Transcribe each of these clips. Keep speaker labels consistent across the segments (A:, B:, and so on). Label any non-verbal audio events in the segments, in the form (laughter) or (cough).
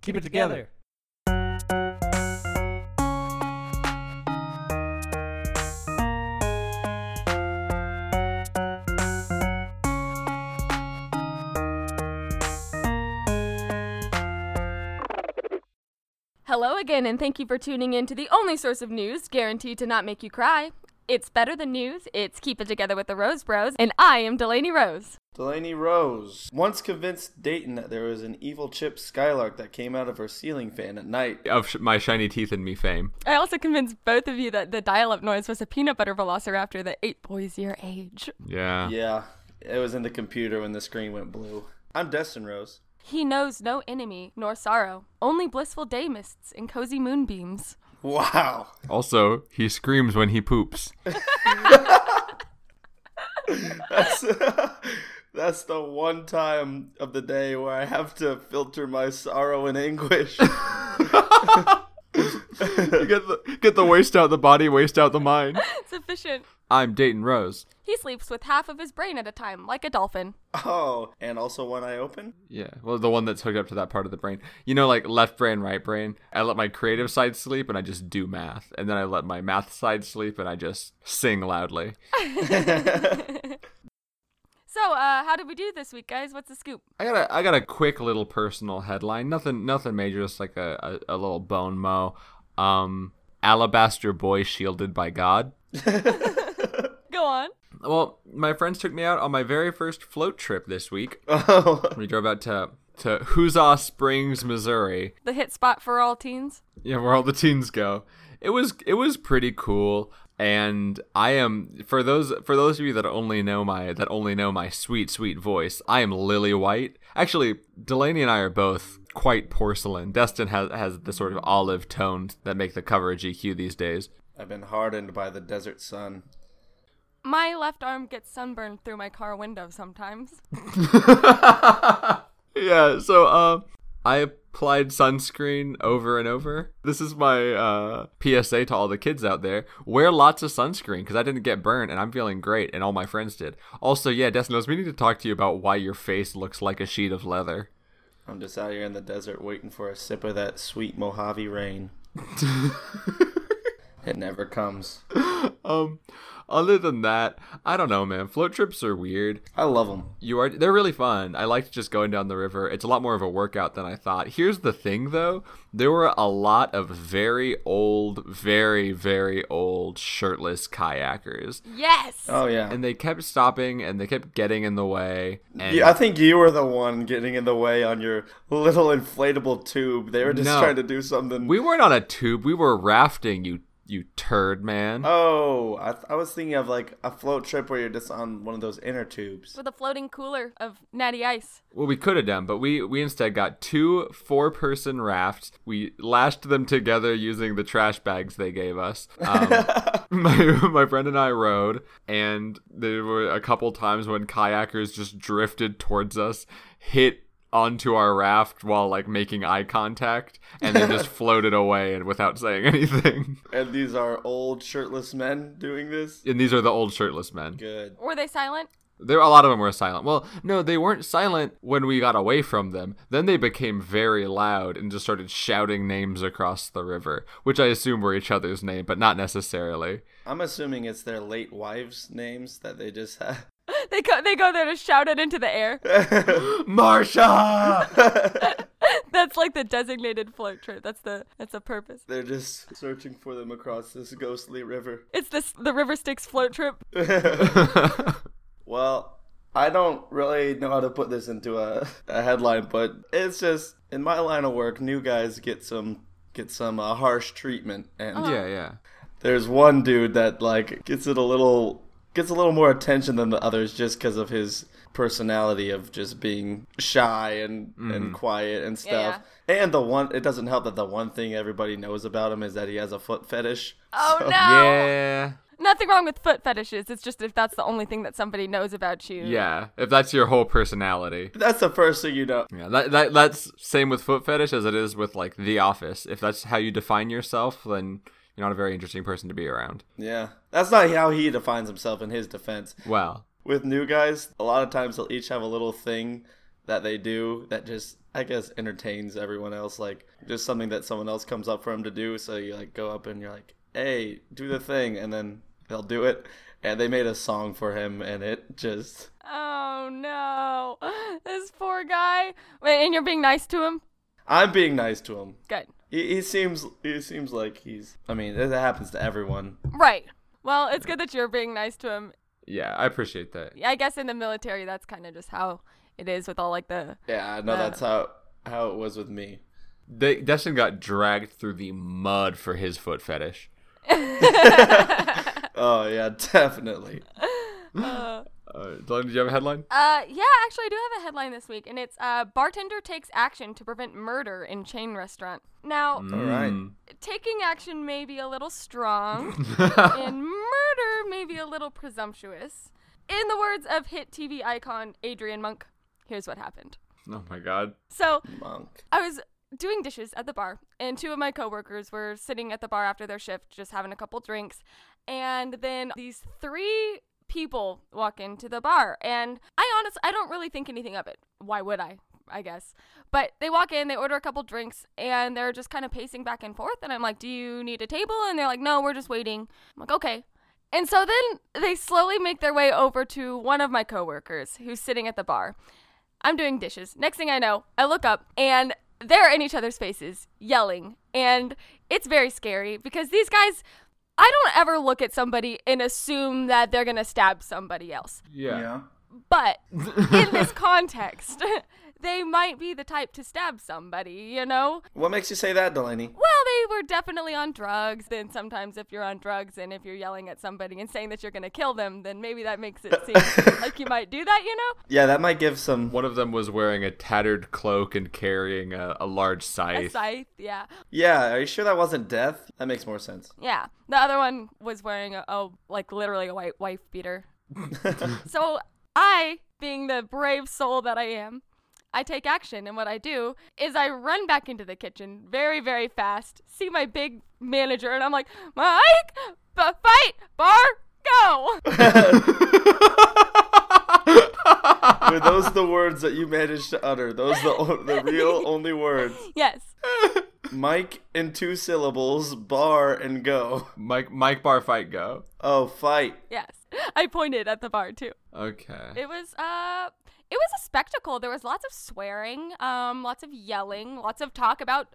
A: Keep it together.
B: Hello again, and thank you for tuning in to the only source of news guaranteed to not make you cry. It's better than news. It's Keep It Together with the Rose Bros, and I am Delaney Rose.
C: Delaney Rose once convinced Dayton that there was an evil chip skylark that came out of her ceiling fan at night.
D: Of sh- my shiny teeth and me fame.
B: I also convinced both of you that the dial up noise was a peanut butter velociraptor that ate boys your age.
D: Yeah.
C: Yeah, it was in the computer when the screen went blue. I'm Destin Rose.
B: He knows no enemy nor sorrow, only blissful day mists and cozy moonbeams.
C: Wow. (laughs)
D: Also, he screams when he poops. (laughs)
C: That's (laughs) that's the one time of the day where I have to filter my sorrow and anguish. (laughs)
D: get the get the waste out the body, waste out the mind.
B: Sufficient.
D: I'm Dayton Rose.
B: He sleeps with half of his brain at a time, like a dolphin.
C: oh, and also when I open? (laughs)
D: Yeah, well, the one that's hooked up to that part of the brain. You know, like left brain, right brain. I let my creative side sleep and I just do math, and then I let my math side sleep and I just sing loudly.
B: So, uh, how did we do this week, guys? What's the scoop?
D: I got a I got a quick little personal headline. Nothing nothing major, just like a, a, a little bone mo. Um, Alabaster boy shielded by God.
B: Go on.
D: Well, my friends took me out on my very first float trip this week.
C: Oh,
D: We drove out to to Hoosah Springs, Missouri.
B: The hit spot for all teens.
D: Yeah, where all the teens go. It was it was pretty cool. And I am for those for those of you that only know my that only know my sweet sweet voice. I am Lily White. Actually, Delaney and I are both quite porcelain. Destin has has the sort of olive toned that make the cover of GQ these days.
C: I've been hardened by the desert sun.
B: My left arm gets sunburned through my car window sometimes.
D: (laughs) yeah, so um I applied sunscreen over and over. This is my uh PSA to all the kids out there. Wear lots of sunscreen cuz I didn't get burned and I'm feeling great and all my friends did. Also, yeah, Destinos, we need to talk to you about why your face looks like a sheet of leather.
C: I'm just out here in the desert waiting for a sip of that sweet Mojave
D: (laughs)
C: rain. it never comes.
D: Um other than that, I don't know, man. Float trips are weird.
C: I love them.
D: You are they're really fun. I liked just going down the river. It's a lot more of a workout than I thought. Here's the thing though. There were a lot of very old, very very old shirtless kayakers.
B: Yes!
C: Oh yeah.
D: And they kept stopping and they kept getting in the way. And
C: Yeah, I think you were the one getting in the way on your little inflatable tube. They were just
D: No.
C: trying to do something.
D: we weren't on a tube. We were rafting, you you turd man.
C: oh, I, th- I was thinking of like a float trip where you're just on one of those inner tubes.
B: With a floating cooler of natty ice.
D: Well, we could have done, but we we instead got two four person rafts. We lashed them together using the trash bags they gave us. Um, my my friend and I rowed, and there were a couple times when kayakers just drifted towards us, hit onto our raft while like making eye contact, and then just floated away and without saying anything.
C: And these are old shirtless men doing this.
D: And these are the old shirtless men.
C: Good.
B: Were they silent? (laughs)
D: There a lot of them were silent. Well, no, they weren't silent when we got away from them. Then they became very loud and just started shouting names across the river, which I assume were each other's name, but not necessarily.
C: I'm assuming it's their late wives' names that they just have.
B: They go, they go there to shout it into the air.
D: (laughs) Marsha!
B: That's like the designated float trip. That's the that's the purpose.
C: (laughs) They're just searching for them across this ghostly river.
B: It's this the River Styx float trip.
C: Well, I don't really know how to put this into a, a headline, but it's just in my line of work, new guys get some get some uh, harsh treatment, and
B: Oh.
D: yeah, yeah.
C: there's one dude that like gets it a little gets a little more attention than the others just because of his personality of just being shy and and quiet and stuff. And the one it doesn't help that the one thing everybody knows about him is that he has a foot fetish.
B: Oh no!
D: Yeah.
B: Nothing wrong with foot fetishes. It's just if that's the only thing that somebody knows about you.
D: Yeah, if that's your whole personality.
C: (laughs) That's the first thing you know.
D: Yeah, that, that that's same with foot fetish as it is with like The Office. If that's how you define yourself, then you're not a very interesting person to be around.
C: Yeah, that's not how he defines himself. In his defense,
D: Well,
C: with new guys, a lot of times they'll each have a little thing that they do that just I guess entertains everyone else. Like just something that someone else comes up for them to do. So you like go up and you're like, "Hey, do the thing," and then they'll do it. And they made a song for him, and it just
B: Oh no, (laughs) this poor guy. Wait, and you're being nice to him.
C: I'm being nice to him.
B: Good.
C: He, he seems he seems like he's. I mean, that happens to everyone.
B: Right. Well, it's good that you're being nice to him.
D: Yeah, I appreciate that.
B: I guess in the military, that's kind of just how it is with all like the.
C: Yeah, I know
B: Uh.
C: that's how how it was with me.
D: They, Destin got dragged through the mud for his foot fetish.
C: Oh yeah, (laughs) definitely.
D: Uh, Dylan, did you have a headline?
B: Uh, yeah, actually, I do have a headline this week, and it's uh, bartender takes action to prevent murder in chain restaurant. Now,
D: Mm.
C: All right.
D: Hmm.
B: taking action may be a little strong, and murder may be a little presumptuous. In the words of hit TV icon Adrian Monk, here's what happened.
D: Oh my god.
B: So,
C: Monk.
B: I was doing dishes at the bar, and two of my coworkers were sitting at the bar after their shift, just having a couple drinks. And then these three people walk into the bar, and I honestly, I don't really think anything of it. Why would I? I guess. But they walk in, they order a couple drinks, and they're just kind of pacing back and forth. And I'm like, Do you need a table? And they're like, No, we're just waiting. I'm like, Okay. And so then they slowly make their way over to one of my coworkers who's sitting at the bar. I'm doing dishes. Next thing I know, I look up and they're in each other's faces, yelling. And it's very scary because these guys, I don't ever look at somebody and assume that they're going to stab somebody else.
D: Yeah.
B: But in this context, (laughs) they might be the type to stab somebody, you know?
C: What makes you say that, Delaney?
B: Well, they were definitely on drugs. Then sometimes, if you're on drugs and if you're yelling at somebody and saying that you're going to kill them, then maybe that makes it seem like you might do that, you know?
C: Yeah, that might give some.
D: One of them was wearing a tattered cloak and carrying a, a large
B: A
D: scythe.
B: scythe, yeah.
C: Yeah, are you sure that wasn't death? That makes more sense.
B: Yeah. The other one was wearing a, a like literally a white wife beater. so I, being the brave soul that I am, I take action and what I do is I run back into the kitchen very, very fast, see my big manager and I'm like, Mike, b- fight, bar, go.
C: Were those the words that you managed to utter? Those the o- the real only words.
B: yes.
C: Mike in two syllables, bar and go.
D: Mike Mike Bar fight go.
C: Oh, fight.
B: Yes. I pointed at the bar too.
D: Okay.
B: It was uh it was a spectacle. There was lots of swearing, um, lots of yelling, lots of talk about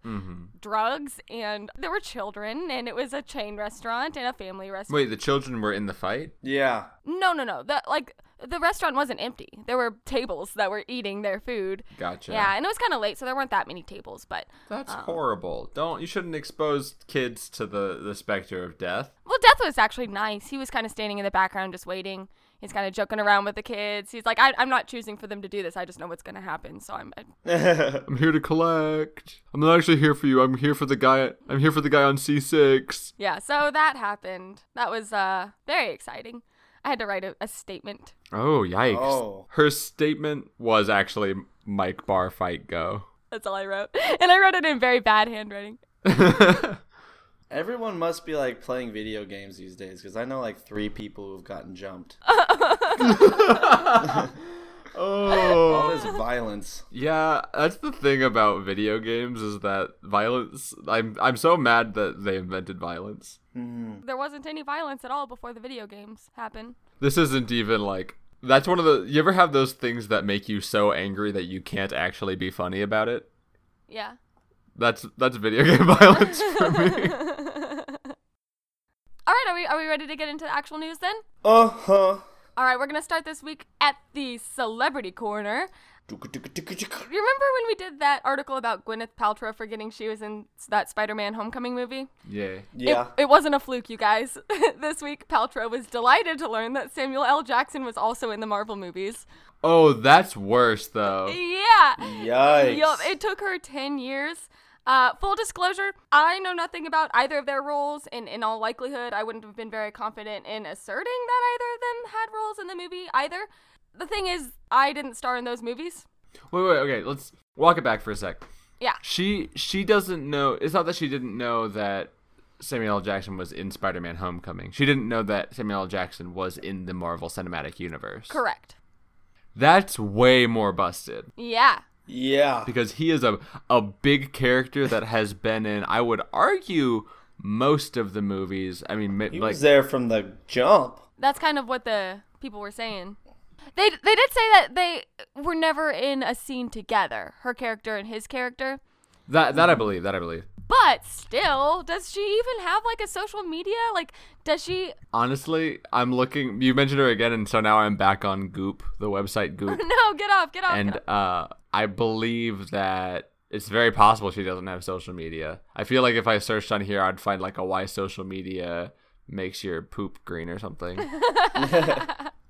B: drugs, and there were children, and it was a chain restaurant and a family restaurant.
D: Wait, the children were in the fight?
C: Yeah. (laughs)
B: No, no, no. The like the restaurant wasn't empty. There were tables that were eating their food.
D: Gotcha.
B: Yeah, Um, and it was kind of late, so there weren't that many tables. But
D: That's horrible. Don't you shouldn't expose kids to the the specter of death.
B: well, Death was actually nice. He was kind of standing in the background, just waiting. He's kind of joking around with the kids. He's like, I, "I'm not choosing for them to do this. I just know what's gonna happen." So I'm, I,
D: I'm here to collect. I'm not actually here for you. I'm here for the guy. I'm here for the guy on C6.
B: Yeah, so that happened. That was uh very exciting. I had to write a, a statement.
D: Oh yikes!
C: Oh.
D: Her statement was actually Mike Bar fight go. (laughs)
B: That's all I wrote. (laughs) And I wrote it in very bad handwriting.
C: Everyone must be like playing video games these days because I know like three people who've
B: (laughs)
C: gotten jumped. All
D: Oh
C: this violence.
D: yeah, that's the thing about video games is that violence. I'm I'm so mad that they invented violence.
B: There wasn't any violence at all before the video games happened.
D: This isn't even like that's one of the. You ever have those things that make you so angry that you can't actually be funny about it?
B: Yeah.
D: That's that's video game (laughs) violence for me.
B: All right, are we are we ready to get into the actual news then?
C: Uh huh.
B: All right, we're going to start this week at the celebrity corner. You remember when we did that article about Gwyneth Paltrow forgetting she was in that Spider-Man Homecoming movie?
D: Yeah.
B: It-
C: Yeah.
B: It, wasn't a fluke, you guys. (laughs) this week, Paltrow was delighted to learn that Samuel L. Jackson was also in the Marvel movies.
D: Oh, that's worse though.
B: Yeah.
C: Yikes.
B: Yup, it took her 10 years. Uh, full disclosure, I know nothing about either of their roles, and in all likelihood, I wouldn't have been very confident in asserting that either of them had roles in the movie either. The thing is, I didn't star in those movies.
D: Wait, wait, okay. Let's walk it back for a sec.
B: Yeah.
D: She she doesn't know. It's not that she didn't know that Samuel L. Jackson was in Spider-Man: Homecoming. She didn't know that Samuel L. Jackson was in the Marvel Cinematic Universe.
B: Correct.
D: That's way more busted
B: Yeah.
C: Yeah.
D: because he is a a big character that has been in I would argue most of the movies. I mean, ma-
C: He
D: like
C: was there from the jump.
B: That's kind of what the people were saying. They they did say that they were never in a scene together, her character and his character.
D: that that I believe, that I believe.
B: But still, does she even have like a social media? Like does she (laughs)
D: Honestly, I'm looking you mentioned her again and so now I'm back on Goop, the website Goop.
B: No, get off, get off.
D: and
B: get off.
D: uh, I believe that it's very possible she doesn't have social media. I feel like if I searched on here, I'd find like a why social media makes your poop green or something.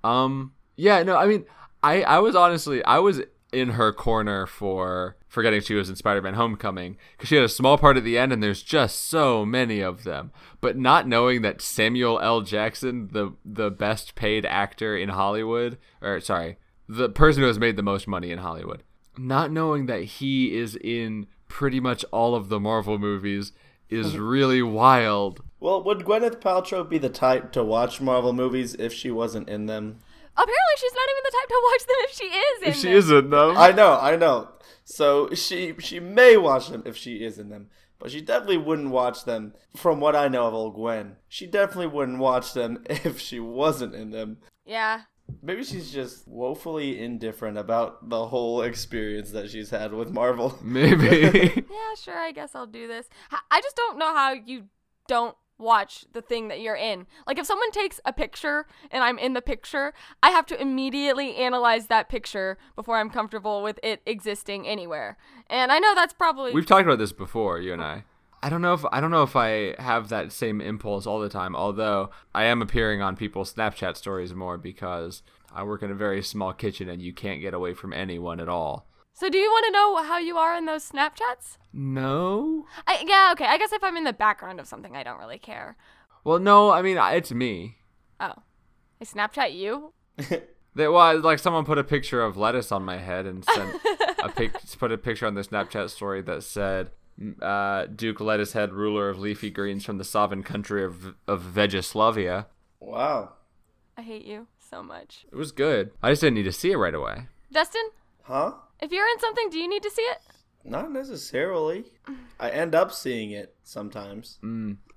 D: um, yeah, no, I mean, I I was honestly I was in her corner for forgetting she was in Spider-Man: Homecoming because she had a small part at the end, and there's just so many of them. But not knowing that Samuel L. Jackson, the the best paid actor in Hollywood, or sorry, the person who has made the most money in Hollywood, not knowing that he is in pretty much all of the Marvel movies is really wild.
C: Well, would Gwyneth Paltrow be the type to watch Marvel movies if she wasn't in them?
B: Apparently, she's not even the type to watch them if she is. In
D: If she
B: them.
D: isn't though.
C: I know, I know. So she she may watch them if she is in them, but she definitely wouldn't watch them. From what I know of old Gwen, she definitely wouldn't watch them (laughs) if she wasn't in them.
B: Yeah.
C: Maybe she's just woefully indifferent about the whole experience that she's had with Marvel. (laughs)
D: Maybe. (laughs)
B: Yeah, sure. I guess I'll do this. H- I just don't know how you don't watch the thing that you're in. Like, if someone takes a picture and I'm in the picture, I have to immediately analyze that picture before I'm comfortable with it existing anywhere. And I know that's probably.
D: We've talked about this before, you and I. I don't know if I don't know if I have that same impulse all the time, although I am appearing on people's Snapchat stories more because I work in a very small kitchen and you can't get away from anyone at all.
B: so, do you want to know how you are in those Snapchats?
D: No?
B: I, yeah, okay. I guess if I'm in the background of something, I don't really care.
D: Well, no, I mean, I- it's me.
B: Oh. I Snapchat you?
D: They, well, like someone put a picture of lettuce on my head and sent a pic, put a picture on their Snapchat story that said mm, uh, Duke Lettuce Head, ruler of leafy greens from the sovereign country of, of Vegislavia.
C: wow,
B: I hate you so much.
D: It was good. I just didn't need to see it right away.
B: Dustin,
C: huh?
B: if you're in something, do you need to see it?
C: Not necessarily. I end up seeing it sometimes,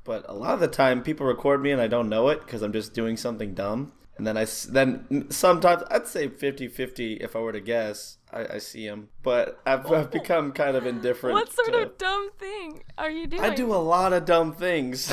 C: but a lot of the time people record me and I don't know it because I'm just doing something dumb. And then I s- then sometimes I'd say 50-50 if I were to guess. I, I see them, but I've, I've become kind of indifferent.
B: Oh.
C: (laughs)
B: What sort
C: to-
B: of dumb thing are you doing?
C: I do a lot of
B: (laughs)
C: dumb things. (laughs)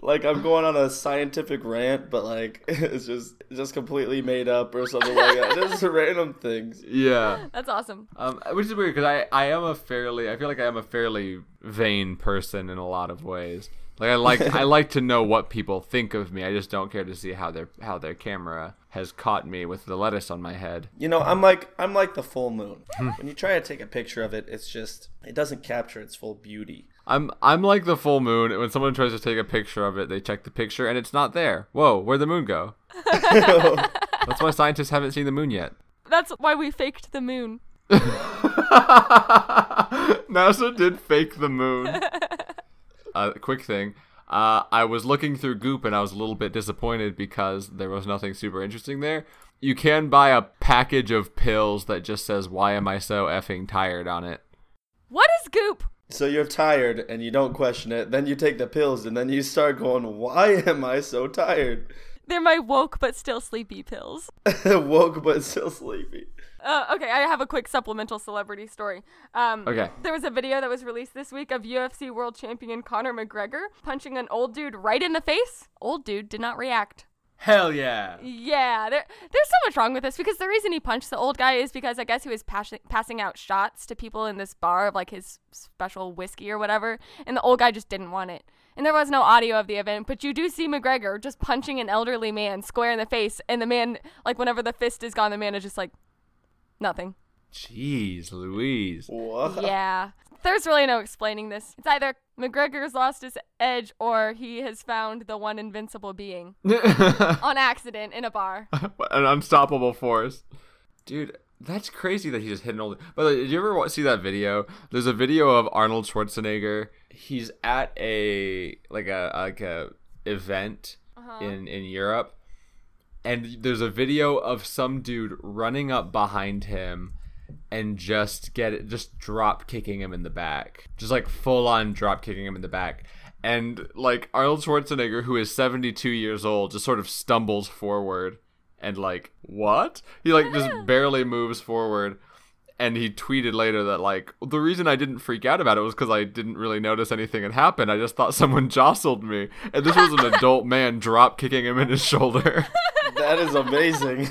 C: like I'm going on a scientific rant, but like (laughs) it's just it's just completely made up or something
B: (laughs)
C: like that. Just random things.
D: Yeah.
B: That's awesome.
D: Um, which is weird because I, I am a fairly I feel like I am a fairly vain person in a lot of ways. Like I like I like to know what people think of me. I just don't care to see how their how their camera has caught me with the lettuce on my head.
C: You know, I'm like I'm like the full moon.
D: Hmm.
C: when you try to take a picture of it, it's just it doesn't capture its full beauty.
D: (laughs)
C: (laughs)
D: I'm I'm like the full moon. When someone tries to take a picture of it, they check the picture and it's not there. Whoa, where'd the moon go? That's why scientists haven't seen the moon yet.
B: That's why we faked the moon.
D: (laughs) NASA did fake the (laughs) moon. Uh, quick thing. Uh, I was looking through Goop and I was a little bit disappointed because there was nothing super interesting there. You can buy a package of pills that just says, Why am I so effing tired on it?
B: What is goop?
C: So you're tired and you don't question it. Then you take the pills and then you start going, "Why am I so tired?" (laughs)
B: They're my woke but still sleepy pills.
C: Woke but still sleepy.
B: Uh, okay, I have a quick supplemental celebrity story. Um,
D: Okay.
B: There was a video that was released this week of UFC world champion Conor McGregor punching an old dude right in the face. Old dude did not react.
D: Hell yeah.
B: Yeah, there, there's so much wrong with this because the reason he punched the old guy is because I guess he was pass- passing out shots to people in this bar of like his special whiskey or whatever, and the old guy just didn't want it. And there was no audio of the event, but you do see McGregor just punching an elderly man square in the face, and the man, like, whenever the fist is gone, the man is just like, nothing.
D: Jeez Louise.
C: What?
B: yeah. There's really no explaining this. It's either McGregor's lost his edge or he has found the one invincible being
D: An
B: on accident in a bar.
D: (laughs) unstoppable force. Dude, that's crazy that he just hit an old. By the way, did you ever wa- see that video? There's a video of Arnold Schwarzenegger. He's at a like a like a event in in Europe, and there's a video of some dude running up behind him and just get it, just drop kicking him in the back, just like full on drop kicking him in the back. And like Arnold Schwarzenegger, who is 72 years old, just sort of stumbles forward and like, what? He like just barely moves forward. And he tweeted later that like the reason I didn't freak out about it was because I didn't really notice anything had happened. I just thought (laughs) someone jostled me, and this was an adult man drop kicking him in his shoulder. (laughs)
C: That is amazing.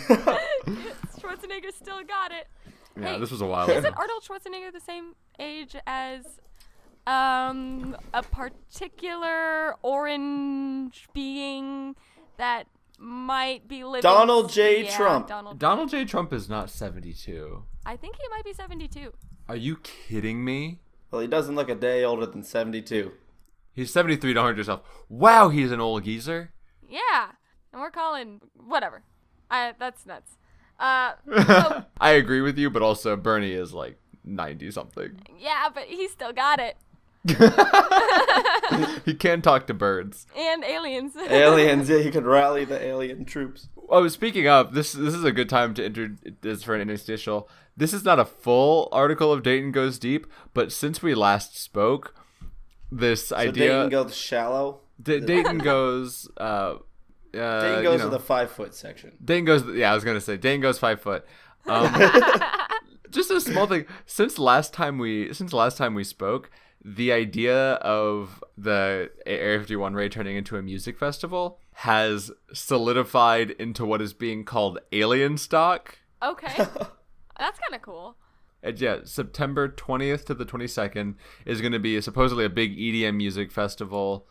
B: Schwarzenegger still got it.
D: yeah,
B: Hey,
D: this was a while. ago.
B: (laughs) Isn't Arnold Schwarzenegger the same age as um, a particular orange being that might be living?
C: Donald J.
B: Yeah,
C: Trump.
B: Donald.
D: Donald J. Trump is not 72.
B: I think he might be 72.
D: Are you kidding me?
C: well, he doesn't look a day older than 72.
D: He's 73 to 100 yourself. Wow, he's an old geezer.
B: Yeah, and we're calling whatever. I, that's nuts. Uh, (laughs) so,
D: I agree with you, but also Bernie is like 90 something.
B: yeah, but he still got it.
D: He can talk to birds.
B: And aliens.
C: Aliens, yeah, he could rally the alien troops.
D: Oh, speaking of, this this is a good time to enter this for an interstitial. This is not a full article of Dayton Goes Deep, but since we last spoke, this
C: So
D: idea
C: Dayton goes shallow.
D: Da- Dayton goes uh, uh
C: Dayton goes to the five foot section.
D: Dane goes. Yeah, I was gonna say Dane goes five foot. Um, just a small thing. Since last time we since last time we spoke, the idea of the Air Fifty One Ray turning into a music festival has solidified into what is being called Alien Stock.
B: (laughs) okay, that's kind of cool.
D: And yeah, September twentieth to the twenty second is going to be supposedly a big EDM music festival.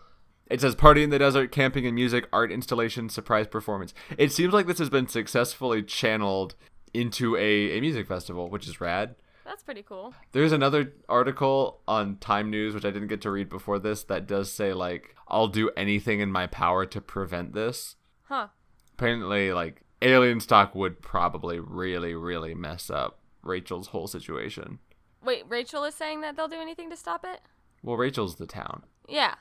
D: It says party in the desert, camping and music, art installation, surprise performance. It seems like this has been successfully channeled into a, a music festival, which is rad.
B: That's pretty cool.
D: There's another article on Time News, which I didn't get to read before this, that does say, like, I'll do anything in my power to prevent this.
B: Huh.
D: Apparently, like, alien stock would probably really, really mess up Rachel's whole situation.
B: Wait, Rachel is saying that they'll do anything to stop it?
D: Well, Rachel's the town.
B: Yeah.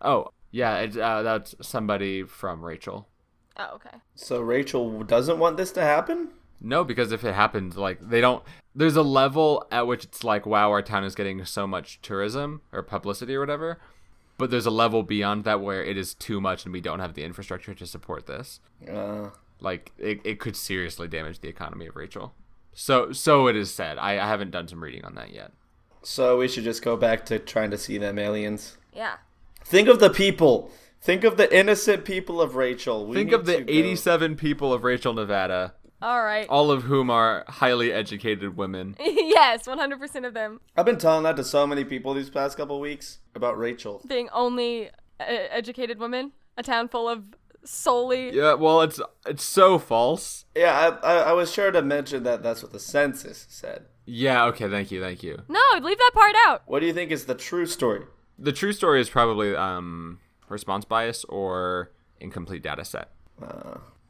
D: Oh, yeah, it's uh, that's somebody from Rachel.
B: Oh, okay.
C: So Rachel doesn't want this to happen?
D: No, because if it happens, like they don't. There's a level at which it's like, wow, our town is getting so much tourism or publicity or whatever. But there's a level beyond that where it is too much, and we don't have the infrastructure to support this.
C: Uh,
D: Like it, it could seriously damage the economy of Rachel. So, so it is said. I, I haven't done some reading on that yet.
C: so we should just go back to trying to see them aliens.
B: Yeah.
C: Think of the people. Think of the innocent people of Rachel. We
D: Think
C: need
D: of the
C: to go-
D: 87 people of Rachel, Nevada,
B: All right.
D: all of whom are highly educated women.
B: (laughs) yes, 100% of them
C: I've been telling that to so many people these past couple weeks about Rachel.
B: being only uh, educated women, a town full of solely.
D: Yeah, well, it's it's so false.
C: Yeah, I, I, I was sure to mention that that's what the census said.
D: Yeah, okay, thank you, thank you.
B: No, leave that part out.
C: What do you think is the true story?
D: The true story is probably um, response bias or incomplete data set.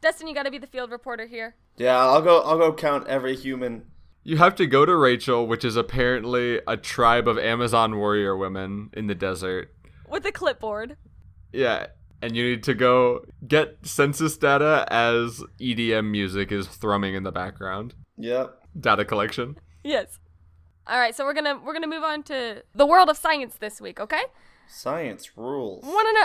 B: Dustin, you got to be the field reporter here.
C: Yeah, I'll go. I'll go count every human.
D: You have to go to Rachel, which is apparently a tribe of Amazon warrior women in the desert.
B: With a clipboard.
D: Yeah, and you need to go get census data as EDM music is thrumming in the background.
C: Yep.
D: Data collection.
B: Yes. All right, so we're going to we're going to move on to the world of science this week, okay?
C: Science rules.
B: Want to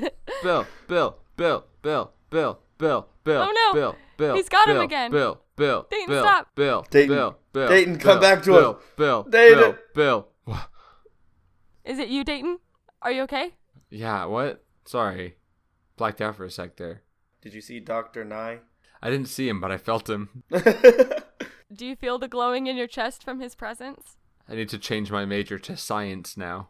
B: know (laughs)
D: Bill, Bill, Bill, Bill, Bill, Bill, Bill.
B: Oh, no.
D: Bill, Bill.
B: He's got him
D: Bill,
B: again.
D: Bill, Bill.
B: Dayton,
D: Bill,
B: stop.
D: Bill,
C: Dayton,
D: Bill, Bill.
C: Dayton, come
D: Bill,
C: back to
D: Bill,
C: us.
D: Bill,
C: Dayton.
D: Bill, Bill.
B: Is it you, Dayton? Are you okay?
D: Yeah, what? Sorry. Blacked out for a sec there.
C: Did you see Doctor Nye?
D: I didn't see him, but I felt him.
B: Do you feel the glowing in your chest from his presence?
D: I need to change my major to science now.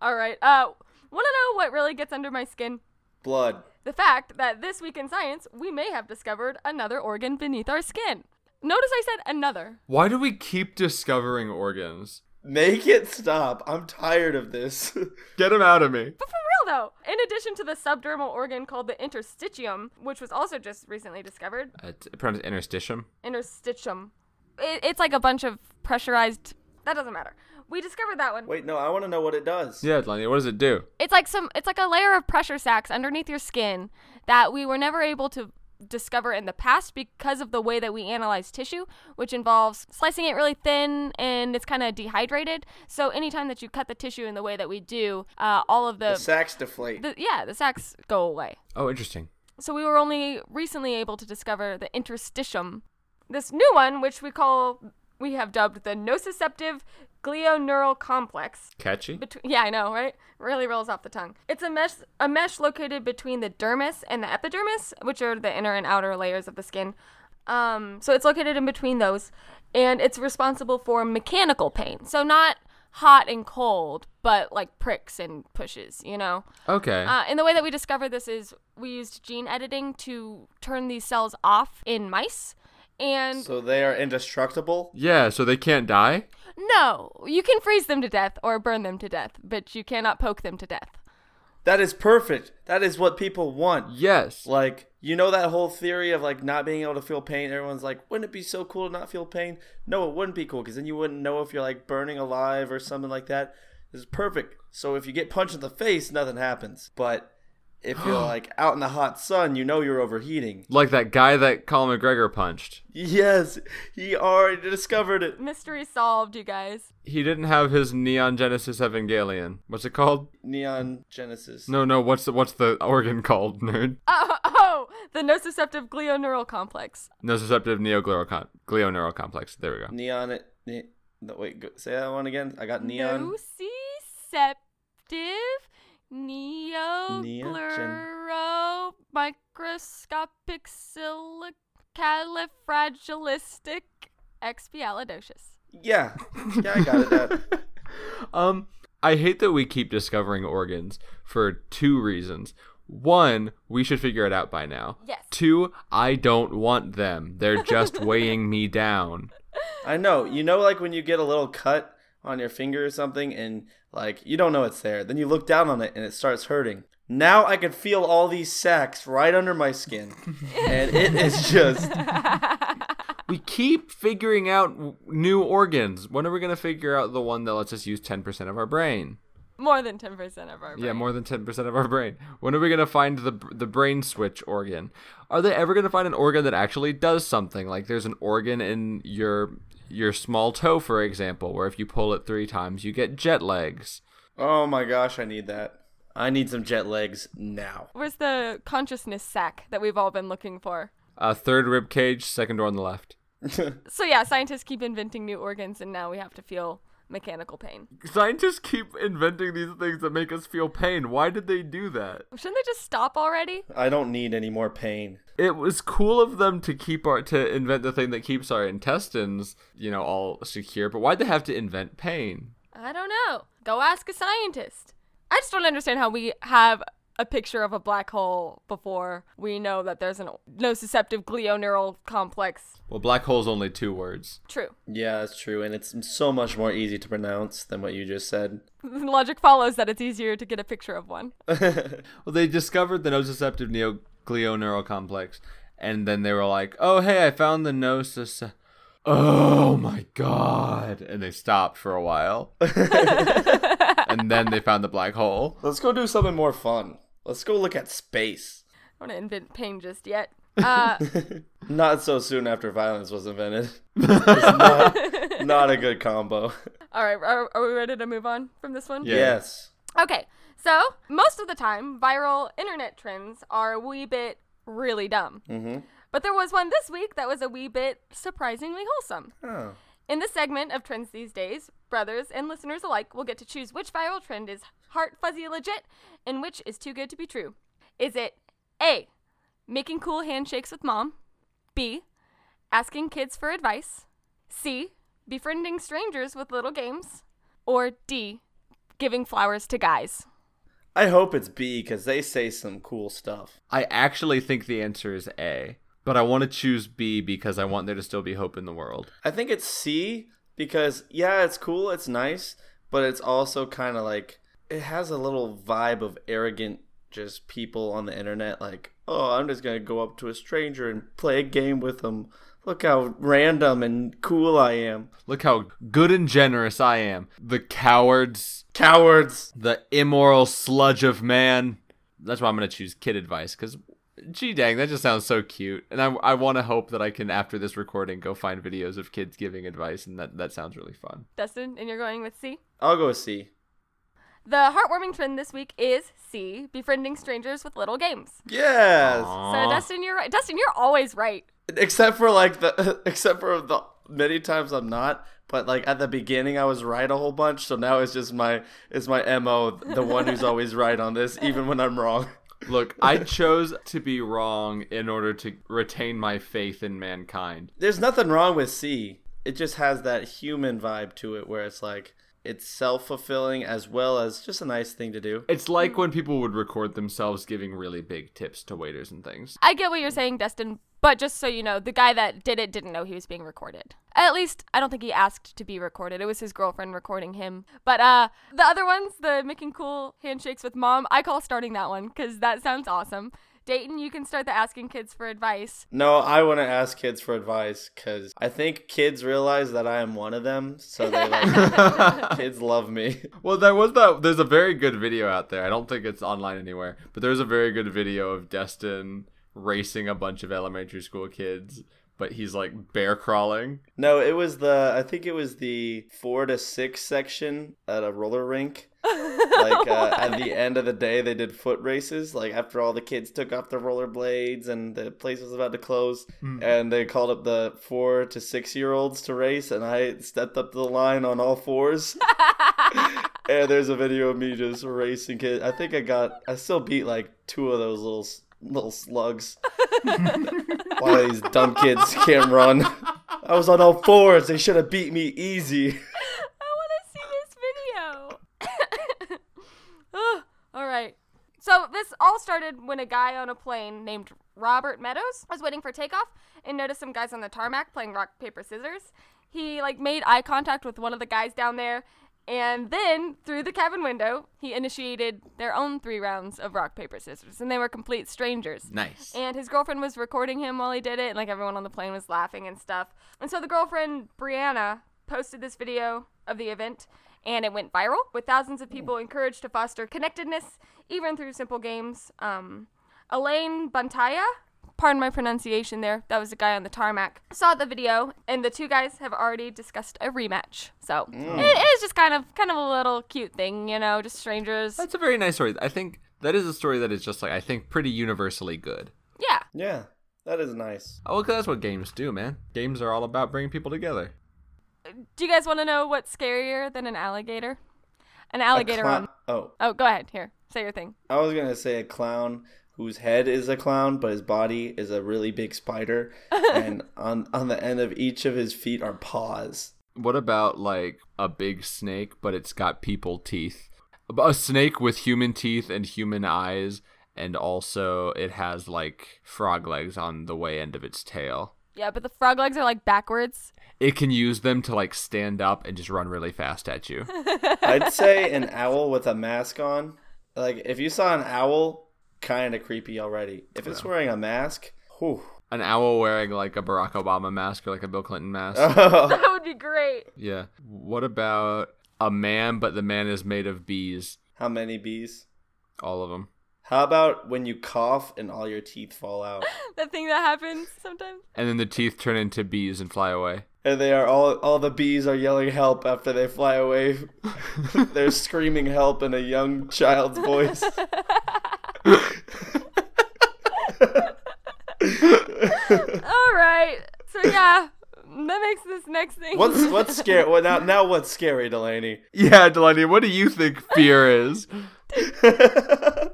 B: All right. Uh, want to know what really gets under my skin?
C: Blood.
B: The fact that this week in science, we may have discovered another organ beneath our skin. Notice I said another.
D: Why do we keep discovering organs?
C: Make it stop. I'm tired of this. (laughs)
D: Get him out of me.
B: But for real though, in addition to the subdermal organ called the interstitium, which was also just recently discovered,
D: Uh, it's pronounced interstitium.
B: interstitium, it, it's like a bunch of pressurized. That doesn't matter. We discovered that one.
C: Wait, no. I want to know what it does.
D: Yeah, Lenny, what does it do?
B: It's like some. It's like a layer of pressure sacs underneath your skin that we were never able to discover in the past because of the way that we analyze tissue, which involves slicing it really thin and it's kind of dehydrated. So anytime that you cut the tissue in the way that we do, uh, all of the,
C: The sacks deflate.
B: the yeah the sacs go away.
D: Oh, interesting.
B: So we were only recently able to discover the interstitium. This new one, which we call, we have dubbed the nociceptive glioneural complex.
D: Catchy.
B: Between, yeah, I know, right? Really rolls off the tongue. It's a mesh, a mesh located between the dermis and the epidermis, which are the inner and outer layers of the skin. Um, so it's located in between those, and it's responsible for mechanical pain. So not hot and cold, but like pricks and pushes, you know.
D: Okay.
B: Uh, and the way that we discovered this is we used gene editing to turn these cells off in mice. And
C: So they are indestructible.
D: yeah, so they can't die?
B: no, you can freeze them to death or burn them to death, but you cannot poke them to death.
C: That is perfect. That is what people want.
D: Yes.
C: Like you know that whole theory of like not being able to feel pain. Everyone's like, wouldn't it be so cool to not feel pain? No, it wouldn't be cool because then you wouldn't know if you're like burning alive or something like that. This is perfect. So if you get punched in the face, nothing happens. But if you're like out in the hot sun, you know you're overheating.
D: Like that guy that Colin McGregor punched.
C: Yes, he already discovered it.
B: Mystery solved, you guys. (laughs)
D: He didn't have his Neon Genesis Evangelion. What's it called?
C: Neon Genesis.
D: No, no, what's the, what's the organ (laughs) called, nerd?
B: Oh, oh the nociceptive glioneural complex.
D: Nociceptive neoglioneurocom- glioneural complex. There we go.
C: Neon. It. Ne- no, wait, go, say that one again. I got neon.
B: Nociceptive neogluro microscopic silicalifragilistic expialidocious.
C: Yeah, yeah, I got it. That.
D: Um, I hate that we keep discovering organs for two reasons. One, we should figure it out by now.
B: Yes.
D: Two, I don't want them. They're just weighing me down.
C: I know. You know, like when you get a little cut on your finger or something, and like you don't know it's there. Then you look down on it, and it starts hurting. Now I can feel all these sacks right under my skin, and it is just.
D: We keep figuring out w- new organs. When are we going to figure out the one that lets us use 10% of our brain?
B: (laughs) More than 10% of our brain.
D: Yeah, more than 10% of our brain. When are we going to find the the brain switch organ? Are they ever going to find an organ that actually does something? Like there's an organ in your your small toe, for example, where if you pull it 3 times, you get jet legs.
C: Oh my gosh, I need that. I need some jet legs now.
B: Where's the consciousness sac that we've all been looking for?
D: Uh, third rib cage, second door on the left.
B: So yeah, scientists keep inventing new organs and now we have to feel mechanical pain.
D: Scientists keep inventing these things that make us feel pain. Why did they do that?
B: Shouldn't they just stop already?
C: I don't need any more pain.
D: it was cool of them to keep our to invent the thing that keeps our intestines, you know, all secure. But why'd they have to invent pain?
B: I don't know. Go ask a scientist. I just don't understand how we have a picture of a black hole before we know that there's a nociceptive glioneural complex.
D: Well, black hole's only two words.
B: True. (laughs)
C: Yeah, that's true, and it's so much more easy to pronounce than what you just said.
B: Logic follows that it's easier to get a picture of one.
D: Well, they discovered the nociceptive neoglioneural complex, and then they were like, "Oh, hey, I found the nocice." Oh my god! And they stopped for a while, and then they found the black hole.
C: Let's go do something more fun. Let's go look at space.
B: I don't want to invent pain just yet. Uh,
C: Not so soon after violence was invented. It's not, not a good combo.
B: all right, are, are we ready to move on from this one?
D: Yeah.
C: Yes.
B: Okay, so most of the time, viral internet trends are a wee bit really dumb. Mm-hmm. But there was one this week that was a wee bit surprisingly wholesome.
C: Oh.
B: In this segment of Trends These Days, brothers and listeners alike will get to choose which viral trend is heart fuzzy legit and which is too good to be true. Is it A, making cool handshakes with mom, B, asking kids for advice, C, befriending strangers with little games, or D, giving flowers to guys?
C: I hope it's B because they say some cool stuff.
D: I actually think the answer is A, but I want to choose B because I want there to still be hope in the world.
C: I think it's C because, yeah, it's cool, it's nice, but it's also kind of like it has a little vibe of arrogant, just people on the internet, like, oh, I'm just going to go up to a stranger and play a game with them. Look how random and cool I am.
D: Look how good and generous I am. The cowards,
C: Cowards!
D: the immoral sludge of man. That's why I'm going to choose kid advice because Gee dang, that just sounds so cute. And I, I want to hope that I can, after this recording, go find videos of kids giving advice, and that, that sounds really fun.
B: Dustin, and you're going with C?
C: I'll go with C.
B: The heartwarming trend this week is C, befriending strangers with little games.
C: Yes.
B: So, Dustin, you're right. Dustin, you're always right.
C: Except for like the, (laughs) except for the many times I'm not. But like at the beginning, I was right a whole bunch. So now it's just my, it's my mo. The one who's always right on this, even when I'm wrong.
D: Look, I chose to be wrong in order to retain my faith in mankind.
C: There's nothing wrong with C. It just has that human vibe to it, where it's like it's self fulfilling as well as just a nice thing to do.
D: It's like when people would record themselves giving really big tips to waiters and things.
B: I get what you're saying, Dustin, but just so you know, the guy that did it didn't know he was being recorded. At least, I don't think he asked to be recorded. It was his girlfriend recording him. But uh, the other ones, the making cool handshakes with mom, I call starting that one because that sounds awesome. Dayton, you can start the asking kids for advice.
C: No, I want to ask kids for advice because I think kids realize that I am one of them, so they like kids love me.
D: Well, there was that. There's a very good video out there. I don't think it's online anywhere, but there's a very good video of Destin racing a bunch of elementary school kids. But he's like bear crawling.
C: No, it was the I think it was the four to six section at a roller rink. like uh, at the end of the day they did foot races like after all the kids took off their rollerblades and the place was about to close mm. and they called up the four to six year olds to race and i stepped up to the line on all fours and there's a video of me just racing kids i think i got i still beat like two of those little little slugs why these dumb kids can't run i was on all fours they should have beat me easy (laughs)
B: (coughs) all right. So this all started when a guy on a plane named Robert Meadows was waiting for takeoff and noticed some guys on the tarmac playing rock paper scissors. He like made eye contact with one of the guys down there and then through the cabin window, he initiated their own three rounds of rock paper scissors and they were complete strangers.
D: Nice.
B: And his girlfriend was recording him while he did it and like everyone on the plane was laughing and stuff. And so the girlfriend Brianna posted this video of the event and it went viral with thousands of people encouraged to foster connectedness even through simple games um, elaine bantaya pardon my pronunciation there that was a guy on the tarmac saw the video and the two guys have already discussed a rematch so mm. it is just kind of kind of a little cute thing you know just strangers
D: that's a very nice story i think that is a story that is just like i think pretty universally good
B: yeah
C: yeah that is nice
D: oh well, that's what games do man games are all about bringing people together
B: do you guys want to know what's scarier than an alligator? An alligator
C: clown-
B: on.
C: Oh.
B: Oh, go ahead. Here, say your thing.
C: I was gonna say a clown whose head is a clown, but his body is a really big spider, and on on the end of each of his feet are paws.
D: What about like a big snake, but it's got people teeth? A snake with human teeth and human eyes, and also it has like frog legs on the way end of its tail.
B: Yeah, but the frog legs are like backwards
D: it can use them to like stand up and just run really fast at you.
C: I'd say an owl with a mask on. Like if you saw an owl, kind of creepy already. If it's wearing a mask, (laughs) whew.
D: An owl wearing like a Barack Obama mask or like a Bill Clinton mask. (laughs)
B: Oh. (laughs) That would be (laughs) great.
D: Yeah. What about a man, but the man is made of bees?
C: How many bees?
D: All of them.
C: How about when you cough and all your teeth fall out?
B: that thing that happens
C: (laughs)
B: sometimes.
D: And then the teeth turn into bees and fly away.
C: And they are all all the bees are yelling help after they fly (laughs) away. They're screaming help in a young child's voice.
B: all right. So yeah, that makes this next thing.
C: What's
B: (laughs)
C: what's scary? Well, now now what's scary, (laughs) Delaney?
D: Yeah, Delaney. What do you think fear is?
B: It's a,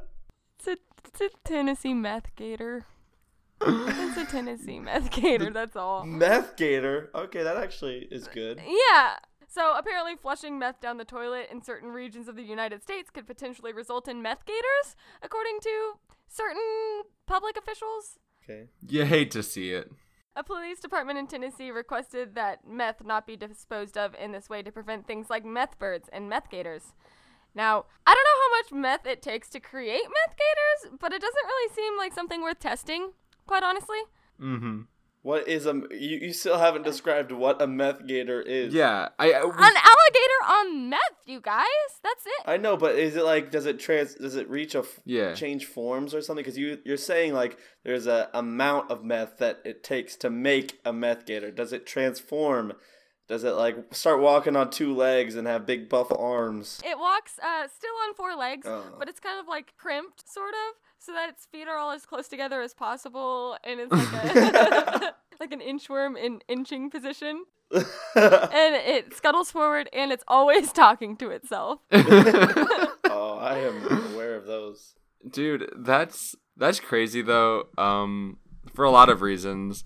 B: it's a Tennessee meth
C: (laughs)
B: gator. it's a Tennessee meth (laughs) gator, that's all.
C: Meth gator? Okay, that actually is good.
B: Yeah. So apparently, flushing meth down the toilet in certain regions of the United States could potentially result in meth gators, according to certain public officials.
C: Okay.
D: You hate to see it.
B: A police department in Tennessee requested that meth not be disposed of in this way to prevent things like meth birds and meth gators. Now, I don't know how much meth it takes to create meth gators, but it doesn't really seem like something worth testing, quite honestly.
D: Mm-hmm.
C: What is a you, you still haven't described what a meth gator is.
D: Yeah, I, I- we-
B: An alligator on meth, you guys. That's it.
C: I know, but is it like does it trans does it reach a f-
D: Yeah.
C: change forms or something? Because you you're saying like there's a amount of meth that it takes to make a meth gator. Does it transform? Does it like start walking on two legs and have big buff
B: (laughs)
C: arms?
B: It walks uh, still on four legs,
C: Oh.
B: but it's kind of like crimped, sort of, so that its feet are all as close together as possible, and it's like, a, (laughs) like an inchworm in inching position. And it scuttles forward, and it's always (laughs) talking to itself.
C: oh, I am aware of those.
D: dude that's that's crazy though um for a lot of reasons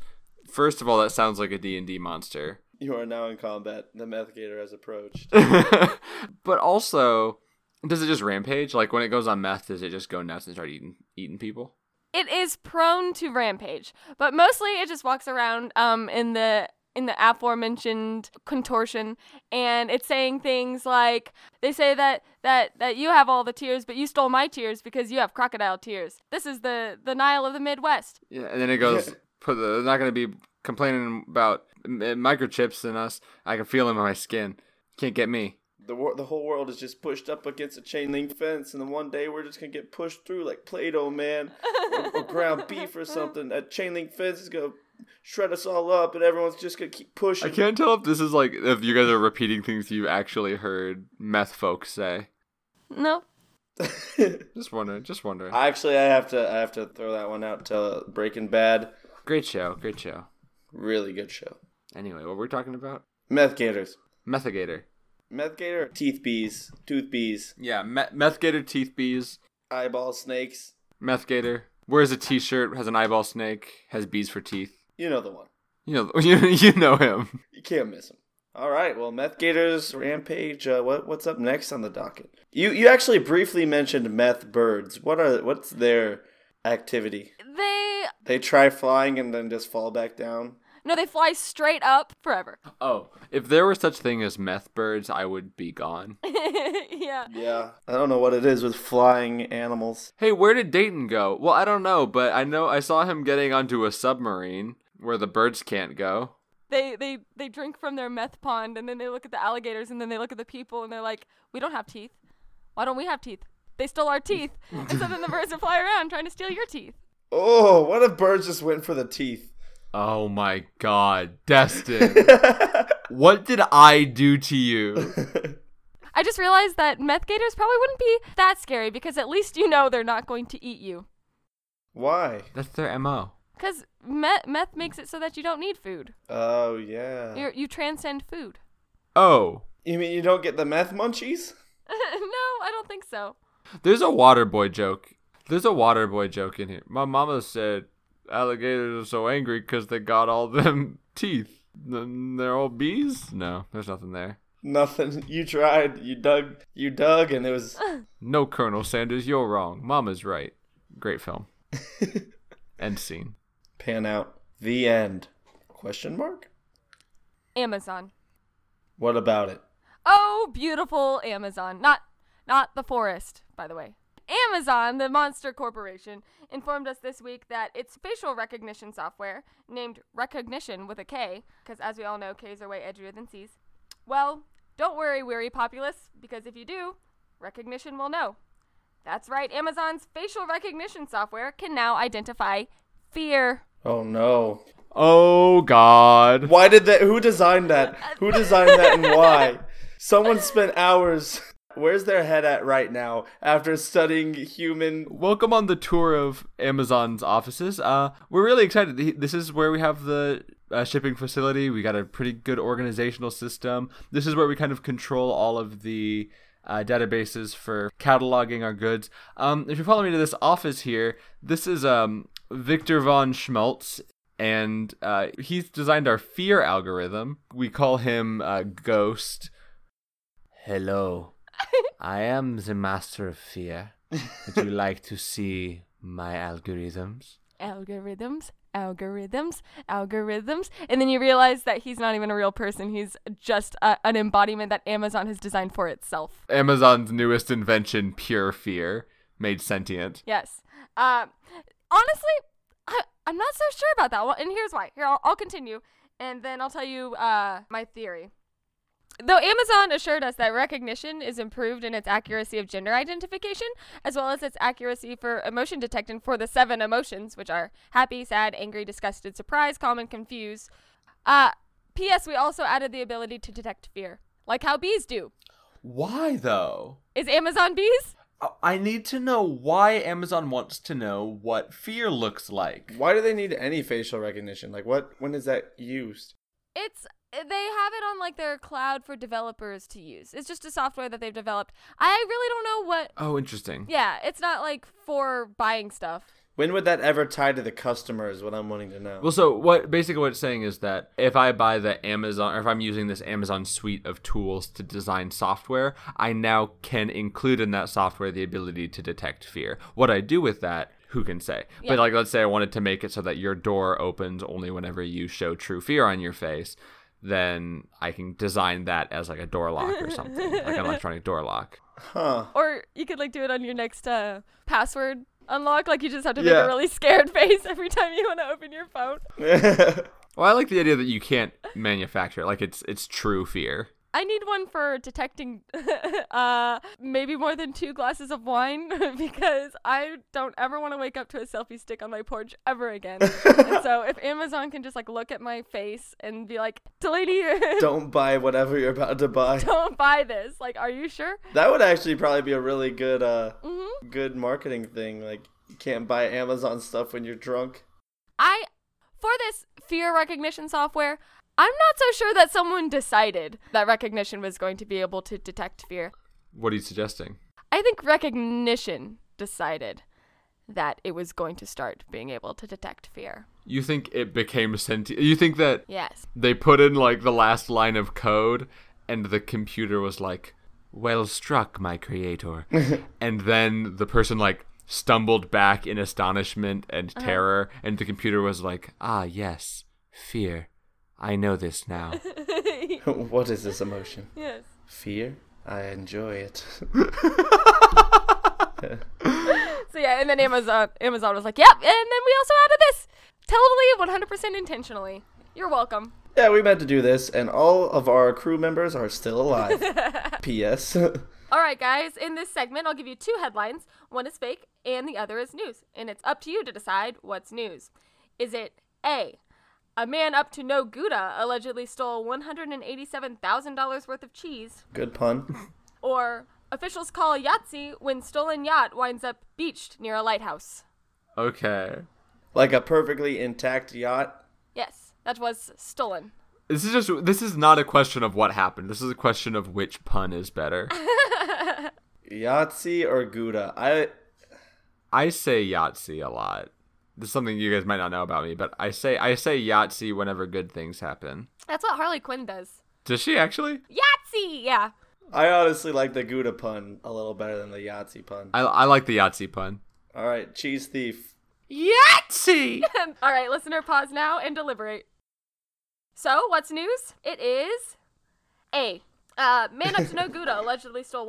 D: first of all that sounds like a d&d monster (laughs)
C: You are now in combat. The meth gator has approached.
D: but also does it just rampage like when it goes on meth does it just go nuts and start eating eating people
B: It is prone to rampage, but mostly it just walks around um, in the in the aforementioned contortion, and it's saying things like they say that that that you have all the tears, but you stole my tears because you have crocodile tears. This is the the Nile of the Midwest.
D: yeah and then it goes put the, they're not going to be complaining about m- microchips in us i can feel them in my skin can't get me
C: The wor- the whole world is just pushed up against a chain link fence, and then one day we're just gonna get pushed through like Play-Doh, man, or, or ground beef or something. That chain link fence is gonna shred us all up, and everyone's just gonna keep
D: i
C: pushing.
D: can't tell if this is like if you guys are repeating things you've actually heard meth folks say
B: No,
D: just wondering just wondering
C: (laughs) Actually, I have to I have to throw that one out to Breaking Bad.
D: great show great show
C: Really good show.
D: Anyway, what we're talking about?
C: Meth gators,
D: Methigator.
C: meth gator, teeth bees, tooth bees,
D: Yeah, me- Methigator teeth bees.
C: eyeball snakes.
D: Methigator wears a T-shirt, has an eyeball snake, has bees for teeth.
C: You know the one.
D: You know, (laughs) you, you know him.
C: You can't miss him. All right, well, Meth Gators Rampage. Uh, what what's up next on the docket? You you actually briefly mentioned meth birds. What are what's their activity?
B: they
C: They try flying and then just fall back down.
B: no they fly straight up forever. (laughs)
D: Oh, if there were such thing as meth birds, I would be gone.
B: yeah.
C: Yeah, I don't know what it is with flying animals.
D: Hey, where did Dayton go? Well, I don't know, but I know I saw him getting onto a submarine where the birds can't go.
B: They, they they drink from their meth pond and then they look at the alligators and then they look at the people and they're like, We don't have teeth. Why don't we have teeth? They stole our teeth. and so then the birds would fly around trying to steal your teeth.
C: Oh, what if birds just went for the teeth? (laughs)
D: Oh my God, Destin! (laughs) what did I do to you?
B: I just realized that meth gators probably wouldn't be that scary because at least you know they're not going to eat you.
C: Why?
D: That's their mo.
B: Because meth, meth makes it so that you don't need food.
C: Oh yeah.
B: You're, you transcend food. (laughs)
D: Oh,
C: you mean you don't get the meth munchies? (laughs)
B: no, I don't think so.
D: There's a water boy joke. There's a water boy joke in here. My mama said alligators are so angry because they got all (laughs) them teeth. Then they're all bees. No, there's nothing there.
C: Nothing. You tried. You dug. You dug, and it was.
D: No, Colonel Sanders, you're wrong. Mama's right. Great film. End scene.
C: pan out the end question mark
B: Amazon.
C: what about it
B: Oh, beautiful Amazon. Not not the forest, by the way. Amazon, the monster corporation, informed us this week that its facial recognition software, named Recognition with a K, because as we all know, Ks are way edgier than Cs. Well, don't worry, weary populace, because if you do, recognition will know. That's right, Amazon's facial recognition software can now identify fear.
C: oh no
D: Oh God.
C: why did that who designed that who designed that and why someone spent hours where's their head at right now after studying human
D: Welcome on the tour of Amazon's offices. Uh, we're really excited. Th- This is where we have the uh, shipping facility. We got a pretty good organizational system. This is where we kind of control all of the uh, databases for cataloging our goods. Um, if you follow me to this office here, this is um, Victor von Schmelz, and uh, he's designed our fear algorithm. We call him uh, Ghost. Hello. (laughs) I am the master of fear. Would you like to see my algorithms?
B: algorithms, algorithms, algorithms. And then you realize that he's not even a real person. He's just a, an embodiment that Amazon has designed for itself.
D: Amazon's newest invention, Pure Fear, made sentient.
B: Yes. Uh, honestly, I, I'm not so sure about that one, and here's why. Here, I'll, I'll continue, and then I'll tell you uh, my theory. Though Amazon assured us that recognition is improved in its accuracy of gender identification, as well as its accuracy for emotion detection for the seven emotions, which are happy, sad, angry, disgusted, surprised, calm, and confused. Uh, P.S. We also added the ability to detect fear, like how bees do.
A: Why though?
B: Is Amazon bees?
A: I- I need to know why Amazon wants to know what fear looks like.
C: Why do they need any facial recognition? Like, what? When is that used?
B: It's eh, they have it on like their cloud for developers to use. It's just a software that they've developed. I really don't know what.
D: Oh, interesting.
B: Yeah, it's not like for buying stuff.
C: When would that ever tie to the customer? Is what I'm wanting to know.
D: Well, so what basically what it's saying is that if I buy the Amazon or if I'm using this Amazon suite of tools to design software, I now can include in that software the ability to detect fear. What I do with that, who can say?
B: Yeah.
D: But like let's say I wanted to make it so that your door opens only whenever you show true fear on your face, then I can design that as like a door lock or something, like an electronic door lock.
C: huh?
B: Or you could like do it on your next uh, password unlock. Like you just have to make
C: Yeah.
B: a really scared (laughs) face every time you want to open your phone.
D: Well, I like the idea that you can't manufacture it. like it's it's true fear.
B: I need one for detecting (laughs) uh, maybe more than two glasses of wine (laughs) because I don't ever want to wake up to a selfie stick on my porch ever again. and so if Amazon can just like look at my face and be like, Delaney,
C: (laughs)
B: (laughs)
C: Don't buy whatever you're about to buy.
B: don't buy this. Like, are you sure?
C: That would actually probably be a really good, uh,
B: hmm
C: good marketing thing. Like, you can't buy Amazon stuff when you're drunk.
B: I, for this fear recognition software, I'm not so sure that someone decided that recognition was going to be able to detect fear.
D: What are you suggesting?
B: I think recognition decided that it was going to start being able to detect fear.
D: You think it became sentient? You think that
B: Yes.
D: they put in like the last line of code and the computer was like, "Well struck, my creator." and then the person like stumbled back in astonishment and terror and the computer was like, "Ah, yes. Fear. I know this now."
C: what is this emotion?
B: yes.
C: Fear? I enjoy it. (laughs)
B: So yeah, and then Amazon Amazon was like, "Yep." And then we also added this totally 100% intentionally. You're welcome.
C: yeah, we meant to do this, and all of our crew members are still alive. P.S.
B: All right, guys, in this segment, I'll give you two headlines. One is fake and the other is news. And it's up to you to decide what's news. Is it A? A man up to no Gouda allegedly stole $187,000 worth of cheese,
C: (laughs) good pun.
B: or officials call a Yahtzee when stolen yacht winds up beached near a lighthouse?
D: okay.
C: Like a perfectly intact yacht.
B: Yes, that was stolen.
D: This is just this is not a question of what happened. This is a question of which pun is better.
C: Yahtzee or Gouda? I
D: I say Yahtzee a lot. This is something you guys might not know about me, but I say I say Yahtzee whenever good things happen.
B: That's what Harley Quinn does.
D: Does she actually?
B: Yahtzee! Yeah. (laughs)
C: I honestly like the Gouda pun a little better than the Yahtzee pun.
D: I, I like the Yahtzee pun.
C: All right, cheese thief.
D: Yahtzee.
B: All right, listener, pause now and deliberate. So, what's news? It is A. Uh, man up to no Gouda allegedly stole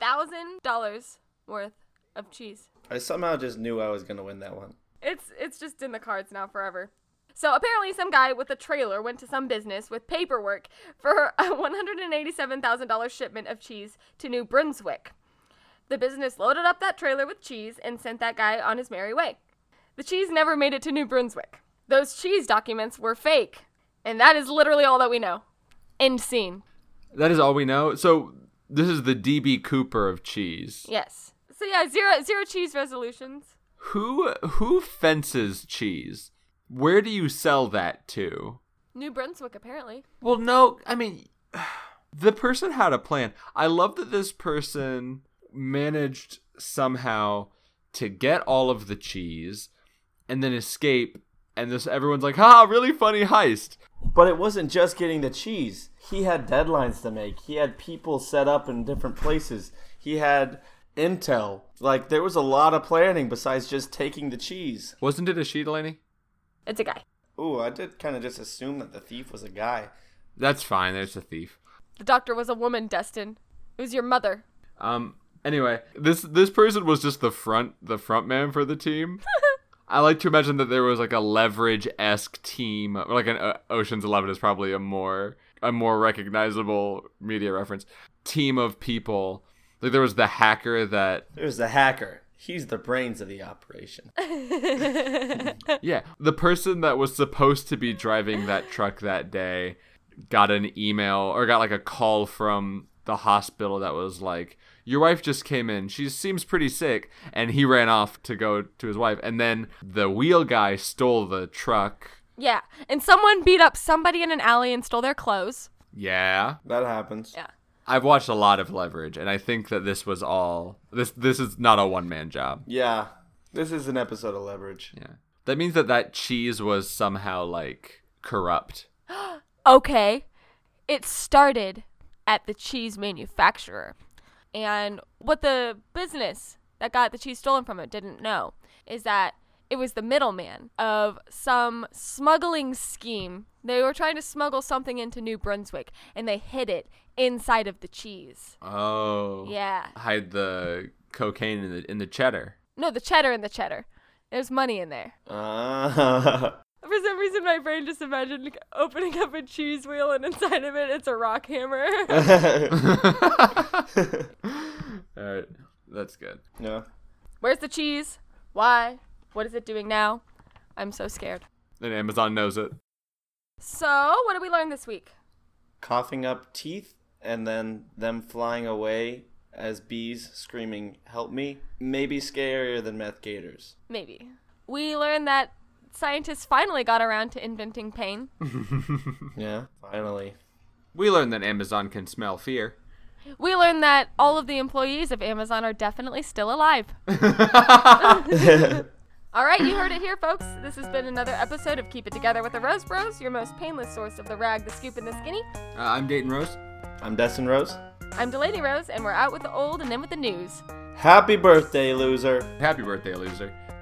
B: $187,000 worth of cheese.
C: I somehow just knew I was gonna win that one.
B: It's it's just in the cards now forever. So apparently, some guy with a trailer went to some business with paperwork for a $187,000 shipment of cheese to New Brunswick. The business loaded up that trailer with cheese and sent that guy on his merry way. The cheese never made it to New Brunswick. Those cheese documents were fake. And that is literally all that we know. End scene.
D: That is all we know. So this is the DB Cooper of cheese.
B: Yes. So yeah, zero zero cheese resolutions.
D: Who who fences cheese? Where do you sell that to?
B: New Brunswick apparently.
D: Well, no, I mean, (sighs) the person had a plan. I love that this person managed somehow to get all of the cheese and then escape. And this everyone's like, "Ha, really funny heist."
C: But it wasn't just getting the cheese. He had deadlines to make. He had people set up in different places. He had intel. Like there was a lot of planning besides just taking the cheese.
D: Wasn't it a she, Delaney?
B: It's a guy.
C: Ooh, I did kind of just assume that the thief was a guy.
D: That's fine. There's a thief.
B: The doctor was a woman, Destin. It was your mother.
D: Um. Anyway, this this person was just the front the front man for the team. I like to imagine that there was like a leverage esque team, or like an uh, Ocean's Eleven is probably a more a more recognizable media reference team of people. Like there was the hacker that
C: There's the hacker. He's the brains of the operation.
B: (laughs)
D: yeah the person that was supposed to be driving that truck that day got an email or got like a call from the hospital that was like your wife just came in she seems pretty sick and he ran off to go to his wife and then the wheel guy stole the truck
B: yeah. And someone beat up somebody in an alley and stole their clothes.
D: yeah
C: That happens.
B: Yeah.
D: i've watched a lot of leverage and i think that this was all this this is not a one man job
C: Yeah. This is an episode of Leverage.
D: yeah that means that that cheese was somehow like corrupt
B: Okay. It started at the cheese manufacturer. And what the business that got the cheese stolen from it didn't know is that it was the middleman of some smuggling scheme. They were trying to smuggle something into New Brunswick and they hid it inside of the cheese.
D: oh
B: Yeah.
D: hide the cocaine in the in the cheddar. (laughs)
B: No, the cheddar and the cheddar. There's money in there.
C: Ah.
B: For some reason, my brain just imagined like, opening up a cheese wheel and inside of it, it's a rock hammer. (laughs)
D: All right, that's good.
C: (laughs) yeah.
B: Where's the cheese? Why? What is it doing now? I'm so scared.
D: And Amazon knows it.
B: So, what did we learn this week?
C: Coughing up teeth and then them flying away as bees screaming, Help me. Maybe scarier than meth gators.
B: Maybe. We learned that scientists finally got around to inventing pain.
C: Yeah. Finally.
D: We learned that Amazon can smell fear.
B: We learned that all of the employees of Amazon are definitely still alive. All right, you heard it here, folks. This has been another episode of Keep It Together with the Rose Bros, your most painless source of the rag, the scoop, and the skinny.
D: Uh, I'm Dayton Rose.
C: I'm Destin Rose.
B: I'm Delaney Rose, and we're out with the old and in with the news.
C: Happy birthday, loser.
D: Happy birthday, loser.